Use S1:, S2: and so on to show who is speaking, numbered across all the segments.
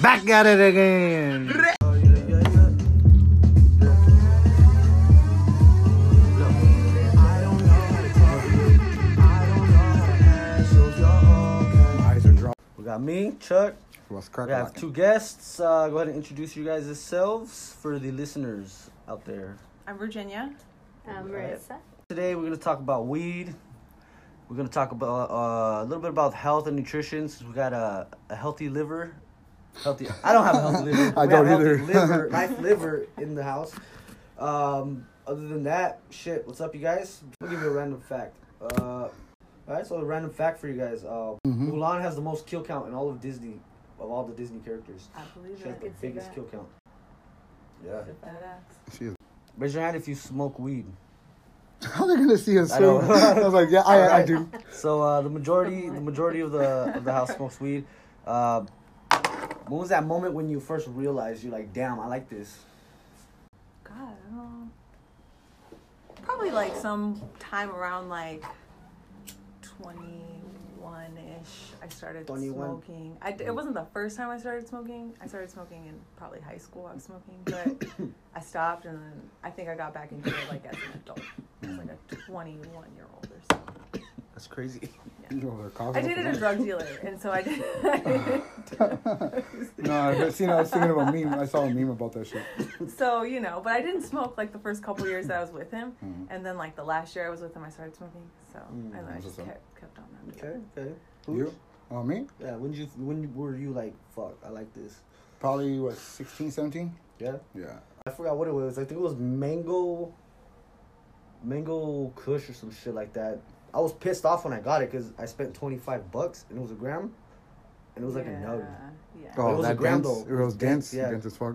S1: Back at it again.
S2: Eyes are dropped.
S3: We got me, Chuck.
S2: What's
S3: We have two guests. Uh, go ahead and introduce you guys yourselves for the listeners out there.
S4: I'm Virginia.
S5: Um, Marissa.
S3: Today we're gonna talk about weed. We're gonna talk about uh, a little bit about health and nutrition. Since we got a, a healthy liver. Healthy. I don't have a healthy liver.
S2: I
S3: We
S2: don't
S3: have healthy
S2: either.
S3: liver, life liver in the house. Um, other than that, shit. What's up, you guys? We'll give you a random fact. Uh, all right. So a random fact for you guys. Uh,
S2: Mm-hmm.
S3: Mulan has the most kill count in all of Disney, of all the Disney characters.
S4: I believe
S3: She has
S4: it.
S3: the
S5: could see
S3: biggest
S5: that.
S3: kill count. Yeah.
S4: Badass.
S2: She is.
S3: Raise your hand if you smoke weed.
S2: How they gonna see us?
S3: I know.
S2: soon? I was like, yeah, I, I do.
S3: So uh, the majority, the majority of the of the house smokes weed. Uh, when was that moment when you first realized you're like, damn, I like this?
S4: God, I don't know. Probably like some time around like 21 ish, I started
S3: 21.
S4: smoking. I, d- it wasn't the first time I started smoking. I started smoking in probably high school. I was smoking, but I stopped and then I think I got back into it like as an adult. I was like a 21 year old or something.
S3: That's crazy.
S2: You know, they're coughing
S4: I
S2: up
S4: did it
S2: the-
S4: a drug dealer, and so I did.
S2: no, I've seen. I was thinking of a meme. I saw a meme about that shit.
S4: so you know, but I didn't smoke like the first couple years that I was with him,
S3: Mm-hmm.
S4: and then like the last year I was with him, I started smoking. So and then I
S2: That's
S4: just
S2: what's up.
S4: kept kept on that.
S3: Mm, Okay, okay.
S2: You? Oh, me?
S3: Yeah. When you when were you like, fuck, I like this?
S2: Probably what 16, 17?
S3: Yeah.
S2: Yeah.
S3: I forgot what it was. I think it was mango, mango Kush or some shit like that. I was pissed off when I got it because I spent twenty five bucks and it was a gram, and it was like a nug.
S4: Yeah.
S2: Oh,
S3: It was
S2: that
S3: a grand
S2: dense.
S3: though.
S2: It was dense.
S3: Yeah.
S2: Dense as fuck.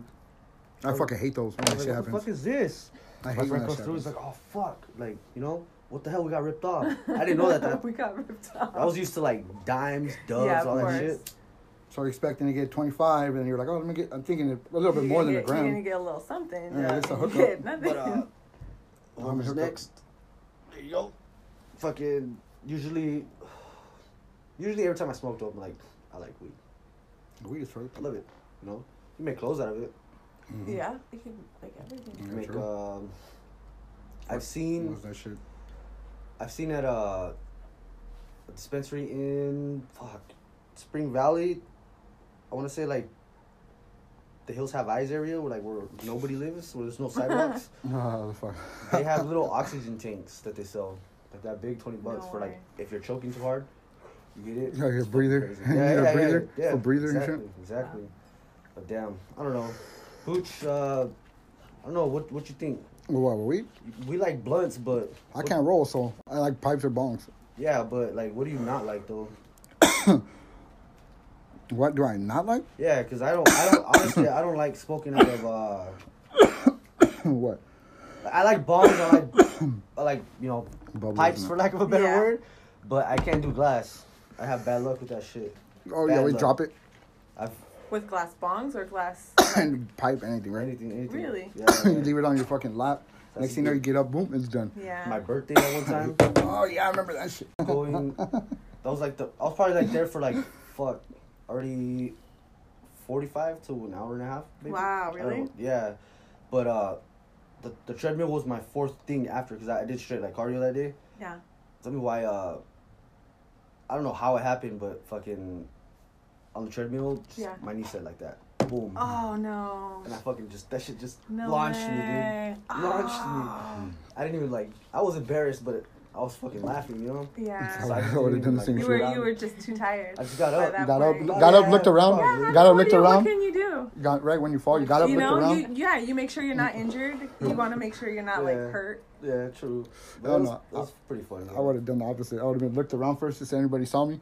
S2: I fucking hate those when that
S3: I was
S2: shit
S3: like, what the
S2: happens.
S3: fuck is this?
S2: I hate
S3: My
S2: when
S3: friend
S2: that
S3: comes
S2: shit
S3: through. He's
S2: happens.
S3: like, "Oh fuck!" Like, you know, what the hell? We got ripped off. I didn't know that. that
S4: we got ripped off.
S3: I was used to like dimes, doves,
S4: Yeah, of
S3: all
S4: course.
S3: that shit.
S2: So you're expecting to get 25, and you're like, oh, let me get. I'm thinking a little bit more than a
S4: You're gonna
S2: gram.
S4: get a little something.
S2: Yeah,
S4: uh,
S2: it's a
S4: you
S2: hookup.
S4: get nothing.
S3: But uh, what
S2: I'm
S3: was
S2: hooked up.
S3: next? There you go. Fucking usually, usually every time I smoke, though, I'm like, I like weed.
S2: We just throw
S3: I love it. You know, you make clothes out of it.
S4: yeah, you can like everything.
S3: You
S2: Yeah,
S3: make
S2: true.
S3: um. I've
S2: What
S3: seen
S2: was that shit?
S3: I've seen at uh, a dispensary in fuck Spring Valley. I want to say like the Hills Have Eyes area, where like where nobody lives, where there's no sidewalks.
S2: Oh, the fuck.
S3: they have little oxygen tanks that they sell, like that big twenty bucks
S4: No
S3: for like
S4: way.
S3: if you're choking too hard, you get it.
S2: Yeah, Oh, your breather.
S3: Crazy.
S2: You need a breather.
S3: yeah,
S2: For breather and
S3: exactly,
S2: shit.
S3: Exactly. But damn, I don't know. Hooch, uh, I don't know what what you think.
S2: Well, what, we?
S3: We like blunts, but
S2: I can't roll, so I like pipes or bongs.
S3: yeah, but like, what do you not like though?
S2: What do I not like?
S3: Yeah, cause I don't, I don't honestly, I don't like smoking out of. uh
S2: what?
S3: I like bongs, I like, I like you know,
S2: Bubbles
S3: pipes
S2: and
S3: for lack of a better
S4: Yeah.
S3: word, but I can't do glass. I have bad luck with that shit.
S2: Oh yeah,
S3: Bad
S2: we
S3: luck.
S2: drop it
S3: I've
S4: With glass bongs or glass.
S2: and pipe anything, right?
S3: anything, anything.
S4: Really?
S3: Yeah.
S2: you
S3: yeah.
S2: leave it on your fucking lap. Next thing you know, you get up, boom, it's done.
S4: yeah.
S3: My birthday at one time.
S2: Oh yeah, I remember that shit.
S3: going. That was like the. I was probably like there for like fuck, already, forty-five to an hour and a half. Maybe.
S4: Wow,
S3: I don't
S4: really?
S3: know. Yeah, but uh, the the treadmill was my fourth thing after because I, I did straight like cardio that day.
S4: yeah.
S3: Tell me why. Uh, I don't know how it happened, but fucking, on the treadmill, just,
S4: Yeah.
S3: my knee said like that. Boom.
S4: Oh no.
S3: And I fucking just that shit just
S4: No
S3: launched me,
S4: way.
S3: dude. Launched me. I didn't even like. I was embarrassed, but I was fucking laughing, you know.
S2: I
S4: Oh, Yeah.
S2: would-
S3: I just
S2: I would've done
S3: didn't even,
S2: the same
S4: You
S2: shit.
S4: were you were just too tired.
S3: I just got
S4: by
S3: up.
S4: that
S2: Got up,
S4: point.
S2: looked- got up,
S3: yeah.
S2: looked around.
S3: Yeah,
S4: Yeah,
S2: got up,
S4: what
S2: looked
S4: do you-
S2: around.
S4: What can you do?
S2: Got right when you fall, you got up,
S4: you
S2: looked
S4: know,
S2: around.
S4: You, yeah, you make sure you're not injured. You want to make sure you're not like
S3: Yeah.
S4: hurt.
S3: Yeah, true. But
S2: I
S3: it
S2: don't
S3: was,
S2: know.
S3: it was pretty funny.
S2: I would have done the opposite. I would have been looked around first to see anybody saw me,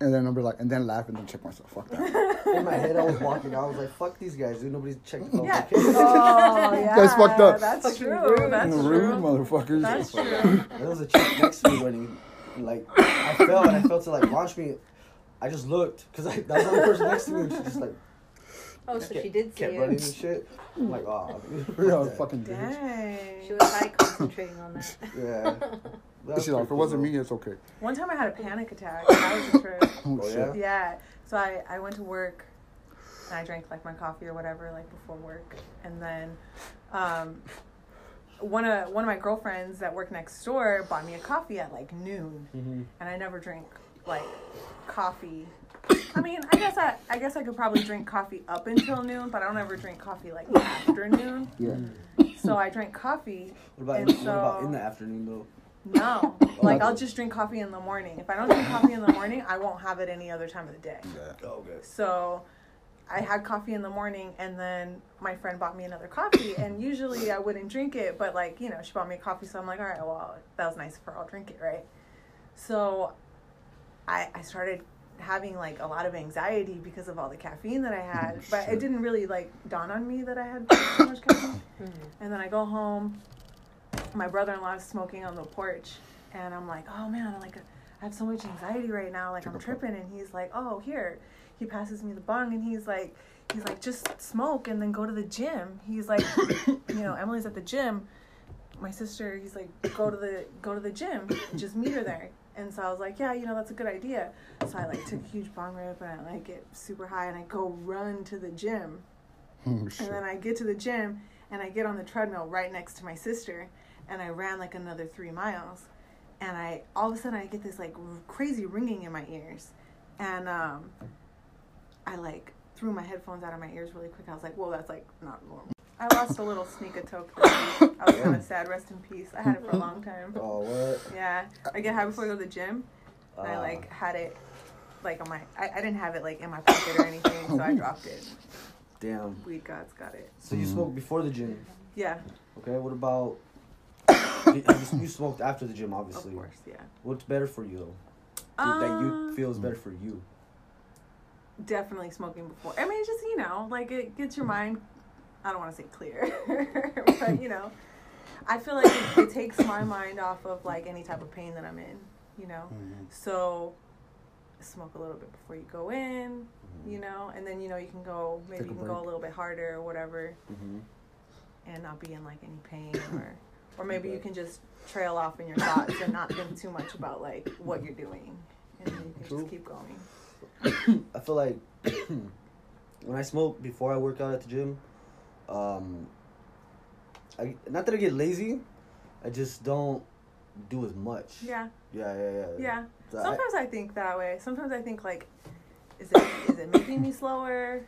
S2: and then I'd be like, and then laugh and then check myself. Fuck that.
S3: In my head, I was walking. I was like, "Fuck these guys, dude. Nobody's checking." out my
S4: Yeah.
S3: kids."
S4: Oh, yeah.
S2: That's fucked up.
S4: That's true. That's
S2: rude
S4: true.
S2: motherfuckers.
S4: That's true.
S3: There was a chick next to me when he, like, I fell and I felt to like launch me. I just looked because I that was the only person next to me. And she just like
S5: Oh, so she did see
S3: kept running
S5: you.
S3: and shit. I'm like, oh,
S2: Yeah, fucking bitch.
S5: She
S4: Dang.
S5: was high concentrating on that.
S3: yeah. That was
S2: Shit, if it
S3: pretty
S2: wasn't
S3: cool,
S2: me, it's okay.
S4: One time I had a panic attack. That was a trip.
S2: Oh,
S3: Oh,
S2: shit.
S3: yeah?
S4: Yeah. So I, I went to work and I drank like my coffee or whatever like before work, and then um, one of one of my girlfriends that worked next door bought me a coffee at like noon, and I never drink like coffee. I mean, I guess I I guess I could probably drink coffee up until noon, but I don't ever drink coffee like after noon.
S2: Yeah.
S4: So I drank coffee.
S3: What about,
S4: And
S3: in, what about
S4: so-
S3: in the afternoon though?
S4: No, like I'll just drink coffee in the morning. If I don't drink coffee in the morning, I won't have it any other time of the day.
S3: Oh, okay.
S4: So I had coffee in the morning and then my friend bought me another coffee and usually I wouldn't drink it, but like, you know, she bought me a coffee, so I'm like, all right, well, that was nice of her, I'll drink it, right? So I I started having like a lot of anxiety because of all the caffeine that I had. But it didn't really like dawn on me that I had so much caffeine. And then I go home, my brother in law is smoking on the porch and I'm like, Oh man, I like I have so much anxiety right now, like I'm tripping and he's like, Oh, here he passes me the bong and he's like he's like just smoke and then go to the gym he's like you know emily's at the gym my sister he's like go to the go to the gym just meet her there and so i was like yeah you know that's a good idea so i like took a huge bong rip and i like get super high and i go run to the gym
S2: Oh,
S4: and
S2: shit.
S4: then i get to the gym and i get on the treadmill right next to my sister and i ran like another three miles and i all of a sudden i get this like r- crazy ringing in my ears and um I like threw my headphones out of my ears really quick. I was like, whoa, that's like not normal. I lost a little sneak a toke. I was kind of sad. Rest in peace. I had it for a long time.
S3: Oh, what?
S4: Yeah, I get high before I go to the gym. And I
S3: Ah.
S4: like had it like on my. I, I didn't have it like in my pocket or anything, so I dropped it.
S3: Damn.
S4: Weed God's got it.
S3: So you smoked before the gym.
S4: Yeah,
S3: Okay, what about. you, you- you smoked after the gym,
S4: of
S3: obviously.
S4: course. Yeah.
S3: What's better for you, though? that you
S4: Um,
S3: feel is better for you.
S4: definitely smoking before. I mean, it's just you know, like it gets your mind. I don't want to say clear, but you know, I feel like it, it takes my mind off of like any type of pain that I'm in. You
S2: Oh,
S4: know,
S3: Mm.
S4: so smoke a little bit before you go in. You know, and then you know you can go maybe
S3: Mm. Take a
S4: you can go a
S3: break.
S4: little bit harder or whatever,
S3: Mm-hmm.
S4: and not be in like any pain or. Or maybe you can just trail off in your thoughts and not think too much about like what you're doing, and then you can
S3: True.
S4: just keep going.
S3: I feel like when I smoke before I work out at the gym, um, I not that I get lazy, I just don't do as much.
S4: Yeah,
S3: Yeah, yeah,
S2: Uh,
S3: yeah.
S4: yeah.
S3: So I-
S4: Sometimes I think that way. Sometimes I think like, is it is it making me slower?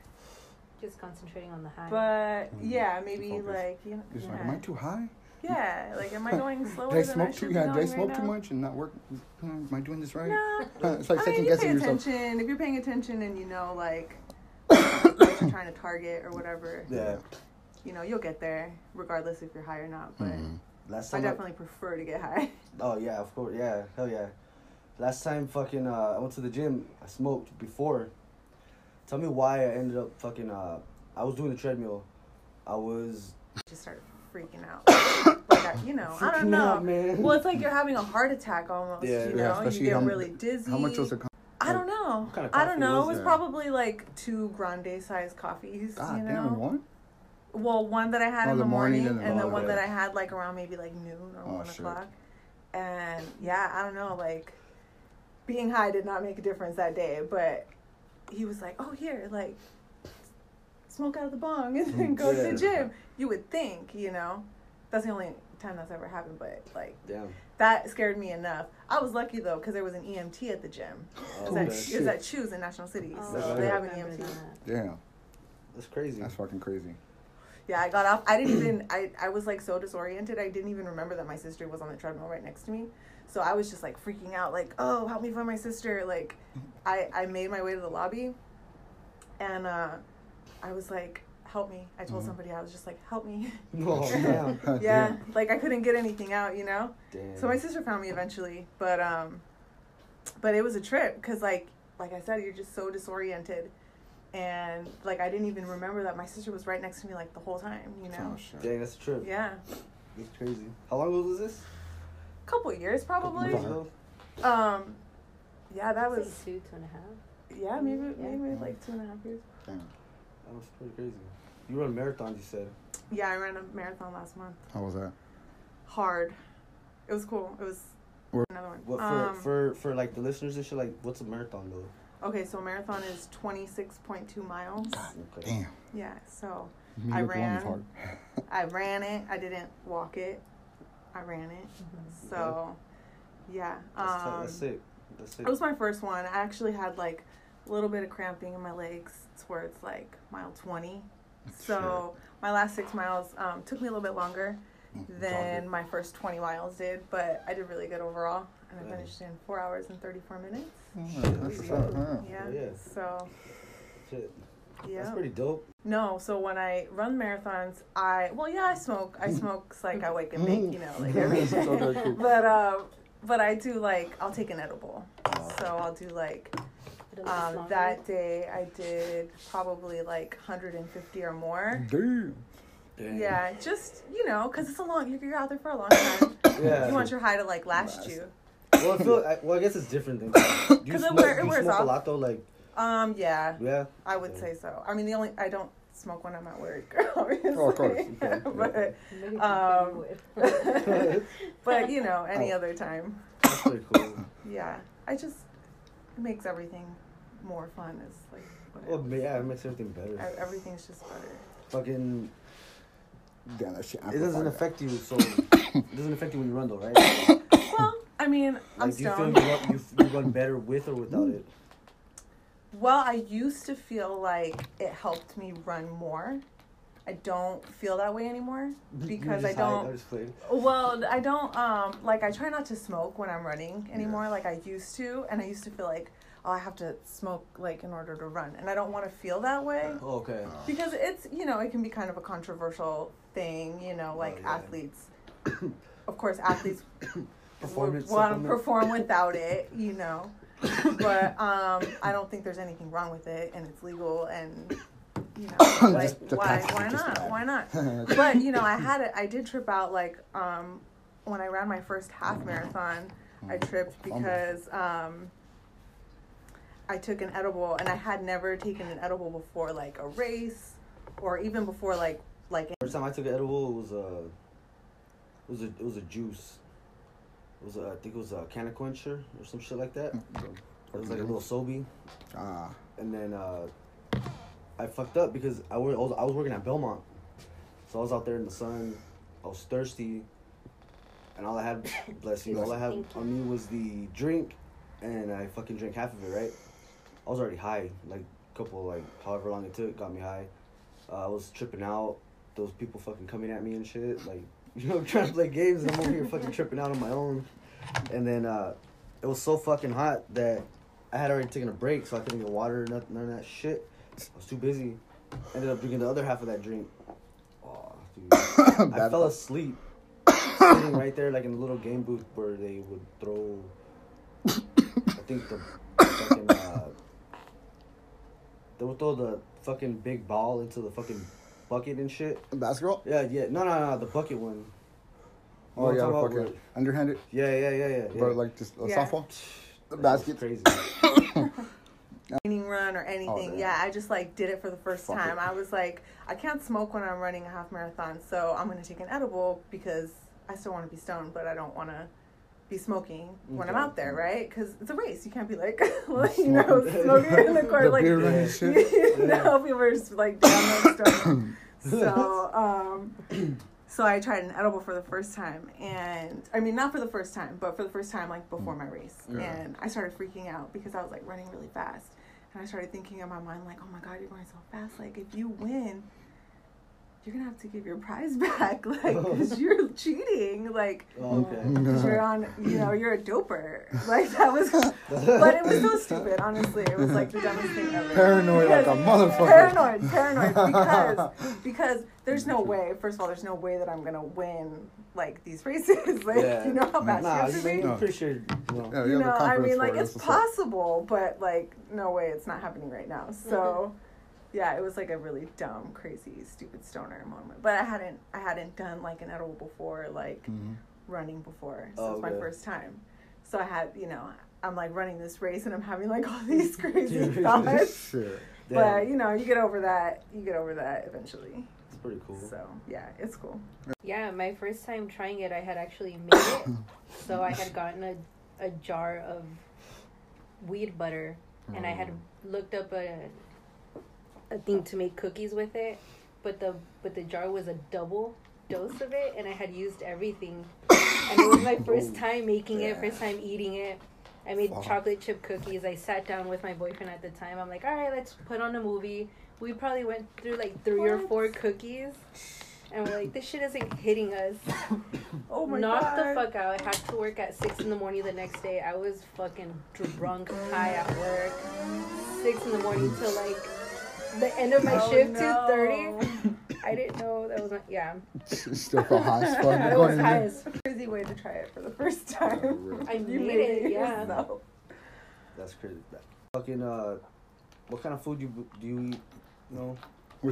S5: Just concentrating on the high.
S4: But yeah, maybe
S2: Mm-hmm. Focus.
S4: like you know,
S2: It's like, am I
S4: yeah.
S2: too high?
S4: yeah, like am I going slower?
S2: Did I
S4: than
S2: smoke
S4: should
S2: too?
S4: be
S2: Yeah, did I
S4: going
S2: smoke
S4: right
S2: too
S4: now?
S2: much and not work? Hmm, Am I doing this right?
S4: No,
S2: Uh, it's like second
S4: I mean, if you pay
S2: guessing yourself.
S4: attention. If you're paying attention and you know like what you're trying to target or whatever,
S3: yeah.
S4: you know you'll get there regardless if you're high or not. But
S2: Mhm.
S3: Last
S4: I
S3: time. I-
S4: definitely prefer to get high.
S3: oh yeah, of course. Yeah, hell yeah. Last time, fucking, uh, I went to the gym. I smoked before. Tell me why I ended up fucking. Uh, I was doing the treadmill. I was
S4: Just start freaking out. like I, you know, I
S3: Freaking
S4: don't know.
S3: out, man.
S4: Well, it's like you're having a heart attack almost.
S3: Yeah, yeah,
S4: you know, you
S2: especially
S4: get
S2: how m-
S4: really dizzy.
S2: How much was the? Con-
S4: I don't know.
S3: What kind of
S4: I don't
S3: coffee
S4: know.
S3: was
S4: It was
S2: that?
S4: probably like two grande sized coffees.
S2: God
S4: you know?
S2: damn, you want?
S4: Well, one that I had
S2: Oh,
S4: in the,
S2: the
S4: morning,
S2: morning and the
S4: and the
S2: morning,
S4: one that
S2: okay.
S4: I had like around maybe like noon or
S2: Oh,
S4: one
S2: shit.
S4: o'clock. And yeah, I don't know. Like being high did not make a difference that day, but he was like, "Oh, here, like smoke out of the bong and then go to
S3: Yeah.
S4: the gym." You would think, you know, that's the only time that's ever happened. But like
S3: damn.
S4: that scared me enough. I was lucky though because there was an EMT at the gym. It
S3: Oh,
S4: was, at,
S3: that's,
S4: it was
S2: shit.
S4: at Choose in National City,
S5: Oh,
S4: so
S3: Right.
S4: they
S5: I
S4: have an E
S5: remember
S4: EMT.
S5: that.
S2: Damn,
S3: that's crazy.
S2: that's fucking crazy.
S4: Yeah, I got off. I didn't even. I I was like so disoriented. I didn't even remember that my sister was on the treadmill right next to me. So I was just like freaking out, like, oh, help me find my sister. Like, I I made my way to the lobby, and uh, I was like, help me. I told somebody I was just like, help me.
S3: Oh, damn.
S4: yeah, like I couldn't get anything out, you know.
S3: damn.
S4: So my sister found me eventually, but um, but it was a trip because like like I said, you're just so disoriented, and like I didn't even remember that my sister was right next to me like the whole time, you know.
S2: Oh shit.
S3: Dang, that's a trip.
S4: Yeah,
S3: That's crazy. How long ago was this?
S4: couple years probably.
S2: Couple
S3: Ago?
S4: Um, yeah, that
S5: I'd say
S4: was
S5: two, two and a half.
S4: yeah maybe
S5: Yeah.
S4: maybe like two and a half years.
S2: Damn.
S3: That was pretty crazy. You run marathons, you said.
S4: Yeah, I ran a marathon last month.
S2: How was that?
S4: Hard. It was cool. It was
S2: Where-
S4: another one.
S3: What for
S4: um,
S3: for for like the listeners and shit? Like, what's a marathon though?
S4: Okay, so marathon is 26.2 miles.
S3: Okay.
S2: Damn.
S4: Yeah, so
S2: Me
S4: I
S2: with the woman's
S4: ran.
S2: heart.
S4: I ran it. I didn't walk it. I ran it. So, yeah.
S3: Mm-hmm. That's, tight.
S4: Um,
S3: That's sick. That's sick.
S4: It was my first one. I actually had like a little bit of cramping in my legs towards like mile 20. So my last six miles um, took me a little bit longer than my first 20 miles did, but I did really good overall. And I
S3: Yeah.
S4: finished in four hours and 34 minutes.
S2: Oh, that's what's up, huh?
S4: Yeah.
S3: yeah.
S4: So,
S3: Shit.
S4: yeah.
S3: That's pretty dope.
S4: No, so when I run marathons, I well, yeah, I smoke. I smoke like I wake and bake, you know, like
S2: Hmm.
S4: every day.
S2: Okay, cool.
S4: But uh, but I do like I'll take an edible, so I'll do like
S5: But it was
S4: um,
S5: longer.
S4: that day I did probably like 150 or more.
S2: Damn.
S3: Mm.
S4: Yeah, just you know, cause it's a long. You're, you're out there for a long time.
S3: Yeah.
S4: You want your high to like last you.
S3: well, I feel. I, well, I guess it's different. Than, do you
S4: 'Cause it
S3: smoke,
S4: wear-
S3: do
S4: it
S3: you
S4: wears
S3: smoke a
S4: off.
S3: lot though. Like,
S4: Um, yeah,
S3: yeah.
S4: I would say so. I mean, the only I don't smoke when I'm at work, obviously.
S2: Oh, of course, of course, yeah.
S4: but
S5: Maybe you
S4: Um,
S5: would.
S3: That's
S4: but you know, any
S2: Oh.
S4: other time.
S3: pretty cool.
S4: Yeah, I just it makes everything more fun. It's like
S3: Well,
S4: whatever.
S3: ma- yeah, it makes everything better.
S4: E- everything's just better.
S3: Fucking,
S2: Damn, that shit.
S3: it doesn't
S2: amplified
S3: affect you. So, it doesn't affect you when you run though, right? Like,
S4: Well, I mean, I'm
S3: do you feel
S4: stoned.
S3: you run, you, you run better with or without it?
S4: Well, I used to feel like it helped me run more. I don't feel that way anymore
S3: You
S4: because I
S3: just hide.
S4: don't.
S3: I'm just playing.
S4: Well, I don't um like I try not to smoke when I'm running anymore like I used to and I used to feel like oh I have to smoke like in order to run and I don't want to feel that way
S3: Oh, okay.
S4: because it's you know it can be kind of a controversial thing you know like
S3: Oh, yeah.
S4: athletes of course athletes
S3: Performance.
S4: want to
S3: supplement.
S4: perform without it you know but um i don't think there's anything wrong with it and it's legal and you know like
S2: Just the
S4: why
S2: taxes
S4: why
S2: are just
S4: not
S2: bad.
S4: why not but you know i had it i did trip out like um when i ran my first half marathon i
S2: Mm.
S4: tripped
S2: Fumble.
S4: because um I took an edible and I had never taken an edible before like a race or even before like like
S3: First time I took an edible, it was a, it was a, it was a juice. It was a, I think it was a can of quencher or some shit like that.
S4: Mm-hmm.
S3: It was like a little Sobe,
S2: Ah,
S3: and then uh, I fucked up because I was I was- I was working at Belmont, so I was out there in the sun. I was thirsty, and all I had, bless you, all I had
S5: Thank you.
S3: on me was the drink, and I fucking drank half of it. Right, I was already high, like a couple, like however long it took, got me high. Uh, I was tripping out. Those people fucking coming at me and shit, like you know, trying to play games, and I'm over here fucking tripping out on my own. And then uh, it was so fucking hot that I had already taken a break, so I couldn't get water or nothing, none of that shit. I was too busy. Ended up drinking the other half of that drink. Oh, dude. I
S2: Bad
S3: fell
S2: luck.
S3: asleep sitting right there, like in a little game booth where they would throw. I think the fucking. Uh, they would throw the fucking big ball into the fucking bucket and shit.
S2: basketball.
S3: Yeah, yeah. No, no, no. The bucket one. You
S2: Oh
S3: know what I'm
S2: yeah,
S3: talking about?
S2: fucking underhanded,
S3: Yeah, yeah, yeah, yeah. yeah.
S2: but like just a
S4: Yeah.
S2: softball. The
S3: That
S2: basket.
S3: was Crazy.
S4: training run or anything.
S2: damn.
S4: yeah, I just like did it for the first
S2: Fuck
S4: time.
S2: it.
S4: I was like, I can't smoke when I'm running a half marathon, so I'm gonna take an edible because I still want to be stoned, but I don't want to be smoking when I'm
S3: Okay.
S4: out there, right? Because it's a race. You can't be like, like, you know, smoking in the car,
S2: The
S4: like,
S2: beer running
S3: Yeah.
S2: shit.
S4: no, people are just like, damn, I'm stoned. so, um, so I tried an edible for the first time, and I mean not for the first time, but for the first time like before my race,
S2: Yeah.
S4: and I started freaking out because I was like running really fast, and I started thinking in my mind like, oh my god, you're going so fast! Like if you win, you're gonna have to give your prize back, like because you're cheating, like
S3: Oh, okay.
S4: 'cause you're on, you know, you're a doper. Like that was, but it was so stupid. Honestly, it was like the dumbest thing ever.
S2: Paranoid like a
S4: Yes,
S2: motherfucker.
S4: Paranoid, paranoid, because because there's no way. First of all, there's no way that I'm gonna win like these races. Like you know how fast
S3: nah,
S4: you have to be.
S2: No.
S3: I'm pretty sure. Well,
S2: Yeah, have the
S4: You know, I
S2: confidence
S4: mean,
S2: for
S4: like
S2: it,
S4: it's
S2: that's what's up.
S4: possible, but like no way, it's not happening right now. So, yeah, it was like a really dumb, crazy, stupid stoner moment. But I hadn't, I hadn't done like an edible before, like
S2: Mm. Mm-hmm.
S4: running before. So
S3: Oh,
S4: it's my
S3: okay.
S4: first time. So I had, you know, I'm like running this race and I'm having like all these crazy
S3: Dude.
S4: thoughts.
S2: Shit.
S4: But you know, you get over that. You get over that eventually.
S3: it's pretty cool.
S4: So yeah, it's cool.
S5: Yeah, my first time trying it, I had actually made it. so I had gotten a, a jar of weed butter and I had looked up a a thing to make cookies with it, but the but the jar was a double dose of it, and I had used everything, and it was my first time making it, first time eating it. I made
S2: Fuck.
S5: chocolate chip cookies. I sat down with my boyfriend at the time. I'm like, all right, let's put on a movie. We probably went through like three or
S4: What?
S5: four cookies, and we're like, this shit isn't hitting us.
S4: Oh my
S5: Knocked
S4: god.
S5: the fuck out. I had to work at six in the morning the next day. I was fucking drunk, high at work. Six in the morning till like the end of my
S4: Oh,
S5: shift, two
S4: no.
S5: thirty. I didn't know that was my yeah.
S2: Still feel high as fuck.
S5: I
S2: Going
S5: was
S2: in
S5: high
S2: there.
S5: as
S4: Crazy way to try it for the first time.
S2: real.
S5: I
S4: You
S5: made
S4: made it
S5: it. Yeah.
S4: yourself.
S3: That's crazy. Fucking uh, what kind of food you do you eat? You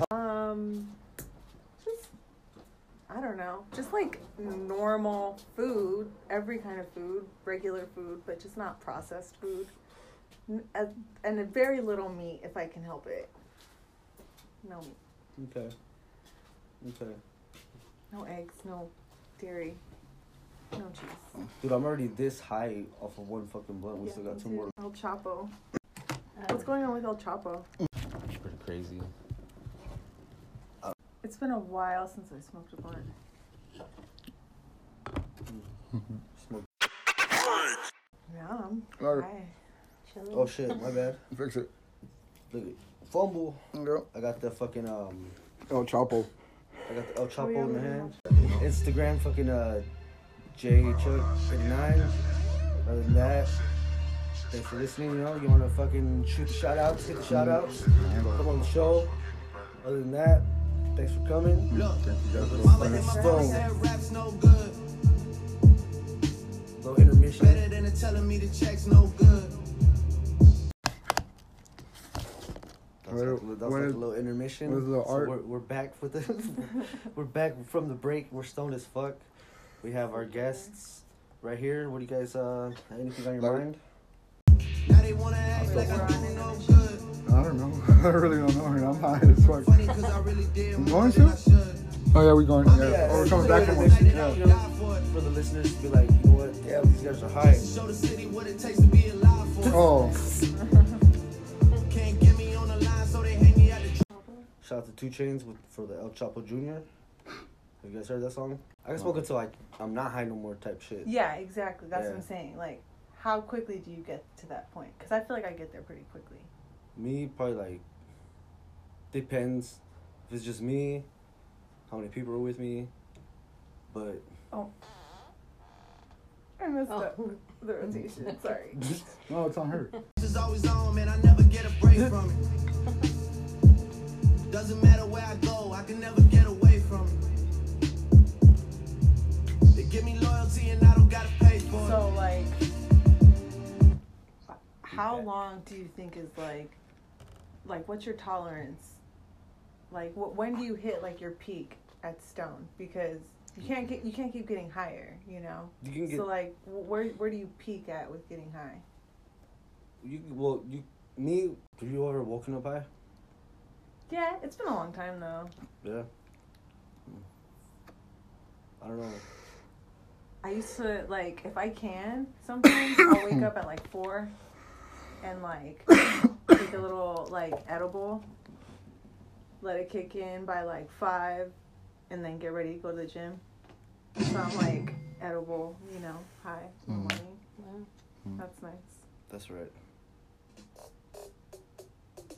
S3: know,
S4: Um, just I don't know, just like normal food, every kind of food, regular food, but just not processed food, N- a- and a very little meat if I can help it. No meat,
S3: okay, okay.
S4: no eggs, no dairy, no cheese.
S3: Dude, I'm already this high off of one fucking blunt. We still got two more.
S4: El Chapo. What's going on with El Chapo?
S3: It's pretty crazy.
S4: It's been a while since I smoked a blunt.
S3: Smoke.
S4: Yeah, I'm
S2: Alright,
S4: high.
S5: Chilling.
S3: Oh shit, my bad.
S2: fix it.
S3: Look, it. fumble.
S2: Go. Oh,
S3: I got the fucking um,
S2: El Chapo.
S3: I got the El Chapo
S4: Oh, yeah,
S3: in the
S4: we
S3: hand. Instagram fucking uh, J Chuck 89. Other than that, thanks for listening. You know, you wanna fucking shoot the shout outs, hit the shout outs, come on the show. Other than that, thanks for coming.
S6: Mama
S3: Fucking
S6: hit my phone
S3: stone.
S6: said rap's no good.
S3: No intermission.
S6: Better than her telling me the check's no good.
S3: That's like, a
S2: Where-
S3: little- that's
S2: where
S3: like
S2: is-
S3: a little intermission.
S2: where's the
S3: So
S2: art?
S3: We're, we're back with the, we're back from the break. We're stoned as fuck. We have our guests right here. What do you guys? Uh, anything on your
S2: Larry?
S3: mind?
S6: Now they wanna act like I do no good.
S2: I don't know. I really don't know. and I'm high as fuck.
S6: Funny cause I really did
S2: You
S6: more
S2: going
S6: than I
S2: to?
S6: should.
S2: Oh yeah, we going. Yeah. Oh, we're
S3: it's
S2: coming
S3: like
S2: back
S3: an
S2: from
S6: Night
S2: one.
S6: it
S3: intermission,
S6: out,
S3: you know,
S6: die for it.
S3: For the listeners to be like, you know what? Yeah, these guys are high.
S6: Show the city what it takes to be alive for it.
S2: Oh,
S6: Can't get me on the line so they hang me out the tree.
S3: Shout out to Two Chains with, for the El Chapo Jr. Have you guys heard that song? I can smoke until I I'm not high no more type shit.
S4: Yeah, exactly. That's
S3: Yeah.
S4: what I'm saying. Like, how quickly do you get to that point? Because I feel like I get there pretty quickly.
S3: Me probably like depends if it's just me, how many people are with me, but
S4: I messed up
S5: Oh.
S4: the rotation. Sorry.
S2: no, it's on her.
S6: This is always on, man. I never get a break from it. Doesn't matter where I go, I can never get away from it. They give me loyalty and I don't gotta pay for it.
S4: So like, how long do you think is like, like what's your tolerance? Like, wh- when do you hit like your peak at stone? Because you can't get you can't keep getting higher. You know.
S3: Mm. you can get
S4: So like, wh- where where do you peak at with getting high?
S3: you well you me. Have you ever woken up high?
S4: Yeah, it's been a long time though.
S3: Yeah. I don't know.
S4: I used to like if I can sometimes I'll wake up at like four and like take a little like edible, let it kick in by like five, and then get ready to go to the gym. So I'm like edible, you know, high in the
S3: Mm.
S4: morning.
S5: Wow.
S4: That's nice.
S3: That's right.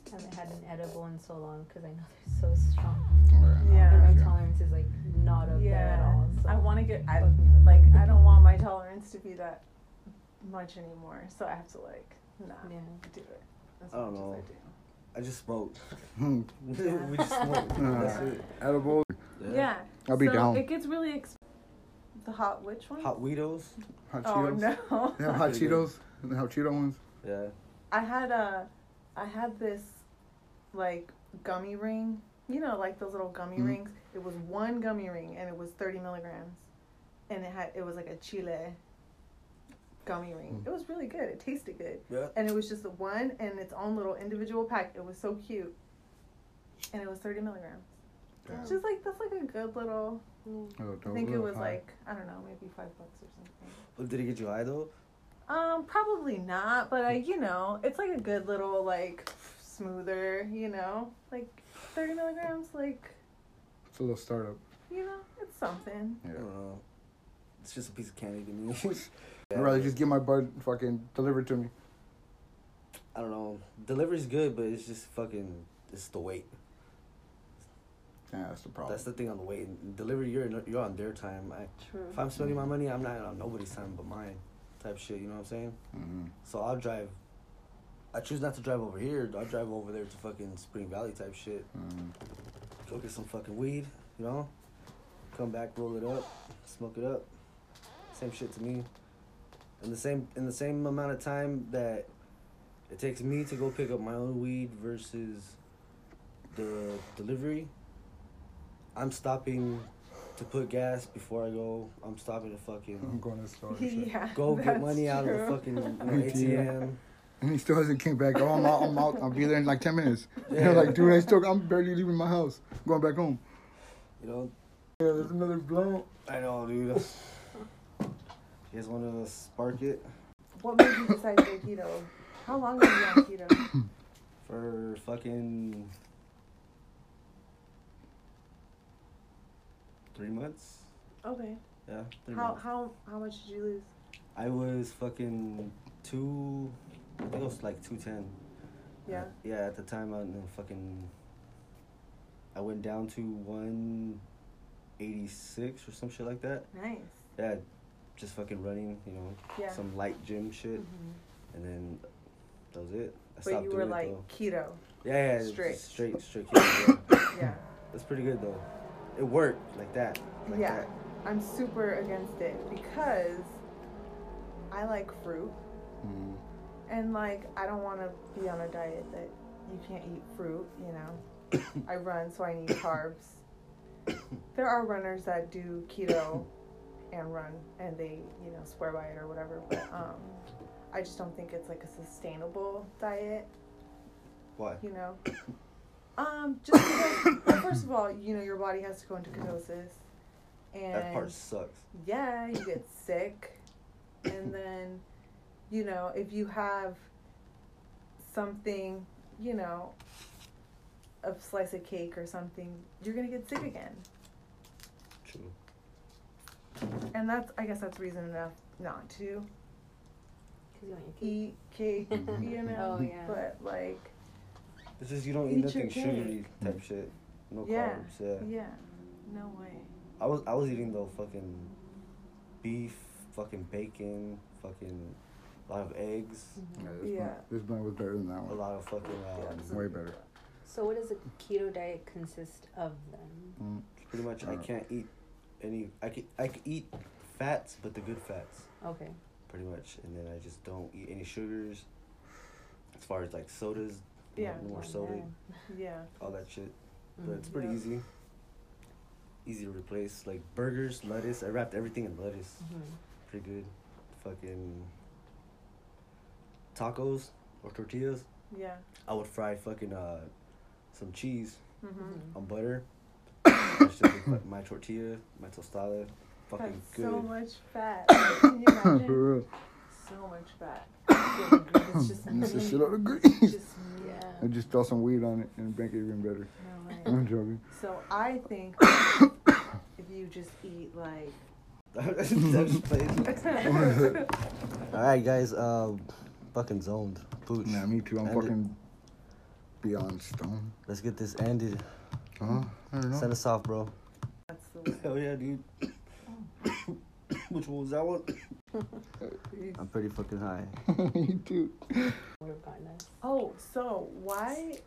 S5: I haven't had an edible in so long because I know they're so strong.
S4: Yeah.
S5: And my tolerance is like not up there at
S4: Yeah.
S5: all. So
S4: I want to get I
S5: Fuck me up.
S4: like I don't want my tolerance to be that much anymore. So I have to like not
S5: Yeah.
S4: do it. As
S3: I don't
S4: much as
S3: know.
S4: do.
S3: I just smoked.
S2: Hmm.
S3: we just smoked. That's it.
S2: Edible.
S4: Yeah.
S2: I'll be
S4: so
S2: down.
S4: It gets really exp- the hot which one?
S3: Hot Weetos.
S2: Hot
S4: oh
S2: Cheetos.
S4: no.
S2: They have hot
S3: Pretty good.
S2: Cheetos. And the hot Cheeto ones.
S3: Yeah.
S4: I had a I had this like gummy ring. You know, like those little gummy
S2: Mhm.
S4: rings. It was one gummy ring and it was 30 milligrams. And it had it was like a chile gummy ring.
S2: Mm.
S4: It was really good. It tasted good.
S3: Yeah.
S4: And it was just the one in its own little individual pack. It was so cute. And it was 30 milligrams.
S2: Yeah.
S4: Just like that's like a good little
S2: Oh,
S4: I
S5: Mm,
S2: dope.
S4: think it
S2: Little
S4: was
S2: high.
S4: like I don't know, maybe five bucks or something.
S3: Did it get you high though?
S4: Um, probably not, but I, you know, it's like a good little like smoother, you know, like thirty milligrams, like
S2: It's a little startup.
S4: you know, it's something.
S2: Yeah.
S3: I don't know. It's just a piece of candy to me. Yeah.
S2: I'd rather just get my bud fucking delivered to me.
S3: I don't know. Delivery's good, but it's just fucking. It's the wait.
S2: Yeah, that's the problem.
S3: That's the thing on the wait. Delivery, you're in- you're on their time. I,
S4: True.
S3: if I'm spending my money, I'm not on nobody's time but mine, type shit. You know what I'm saying?
S2: Mhm.
S3: So I'll drive. I choose not to drive over here. I'll drive over there to fucking Spring Valley type shit.
S2: Mhm.
S3: Go get some fucking weed, you know? Come back, roll it up, smoke it up. Same shit to me. In the same in the same amount of time that it takes me to go pick up my own weed versus the delivery, I'm stopping to put gas before I go. I'm stopping to
S2: I'm
S3: fucking
S2: going to the store. and shit.
S4: yeah.
S3: go get
S4: that's
S3: money out of the
S4: true.
S3: fucking you know, ATM.
S2: And he still hasn't came back. Oh, I'm out. I'm out. I'll be there in like 10 minutes. And
S3: Yeah.
S2: I'm like, dude, I still, I'm barely leaving my house. I'm going back home.
S3: You know,
S2: Yeah, there's another blunt.
S3: I know, dude. you guys want to spark it
S4: What made you decide to go keto? How long have you been on keto?
S3: for fucking three months?
S4: Okay.
S3: Yeah, three
S4: How
S3: months.
S4: how how much did you lose?
S3: I was fucking two. I think it was like two ten. Uh,
S4: Yeah.
S3: Yeah, at the time I was fucking. I went down to one eighty six or some shit like that.
S4: Nice.
S3: Yeah, just fucking running, you know,
S4: Yeah.
S3: some light gym shit,
S4: Mhm.
S3: and then that was it. I
S4: But you were
S3: it,
S4: like
S3: though.
S4: keto.
S3: Yeah, yeah,
S4: Straight.
S3: straight, straight, straight. kick, yeah.
S4: Yeah.
S3: That's pretty good though. It worked like that. Like
S4: yeah.
S3: That.
S4: I'm super against it because I like fruit
S2: Mm.
S4: and like I don't want to be on a diet that you can't eat fruit, you know. I run so I need carbs. there are runners that do keto and run and they, you know, swear by it or whatever, but um I just don't think it's like a sustainable diet.
S3: Why?
S4: you know. Um, just because, well, first of all, you know, your body has to go into ketosis, and
S3: That part sucks.
S4: yeah, you get sick, and then, you know, if you have something, you know, a slice of cake or something, you're gonna get sick again,
S3: True.
S4: and that's, I guess, that's reason enough not to
S5: you want your cake.
S4: eat cake, you know.
S5: Oh, yeah.
S4: But like,
S3: This is you don't eat
S4: Eat your
S3: nothing sugary
S4: cake.
S3: type shit. No
S4: Yeah.
S3: carbs. Yeah.
S4: yeah, no way.
S3: I was I was eating though fucking beef, fucking bacon, fucking a lot of eggs,
S5: Mm-hmm.
S2: Yeah, this,
S4: Yeah.
S2: Blunt, this blunt was better than that
S3: a
S2: one.
S3: lot of fucking um,
S4: Yeah.
S2: Way better.
S5: So what does a keto diet consist of then?
S2: Mm.
S3: pretty much I
S2: Uh.
S3: can't eat any. I could I could eat fats, but the good fats.
S5: Okay.
S3: pretty much, and then I just don't eat any sugars. As far as like sodas, no-
S4: Yeah.
S3: no more
S5: Oh,
S3: soda,
S5: man.
S4: Yeah,
S3: all that shit. But it's
S5: Mhm.
S3: pretty
S4: Yeah.
S3: easy, easy to replace. Like burgers, lettuce. I wrapped everything in lettuce.
S5: Mhm.
S3: Pretty good. Fucking tacos or tortillas.
S4: yeah.
S3: I would fry fucking uh some cheese
S4: Mm-hmm.
S5: Mhm.
S3: on butter. That's just like my tortilla, my tostada,
S4: That's
S3: fucking
S4: so
S3: good.
S4: much fat. Like, Can you imagine?
S2: For real.
S4: so much fat.
S5: It's just
S2: And it's a shit
S5: amazing.
S2: out of grease.
S4: Just
S5: yeah.
S2: I just throw some weed on it and make it even better.
S4: no way.
S2: I'm joking.
S4: So I think if you just eat like
S3: That's just crazy.
S4: yeah,
S3: All right, guys. Uh, fucking zoned. Pooch.
S2: Nah, me too. I'm
S3: End it.
S2: fucking beyond stone.
S3: Let's get this ended.
S2: Huh? I don't know.
S3: Send us off, bro.
S4: that's the way.
S3: Hell yeah, dude. Which one was that one? I'm pretty fucking high.
S2: me too.
S5: We're gonna-
S4: Oh, so why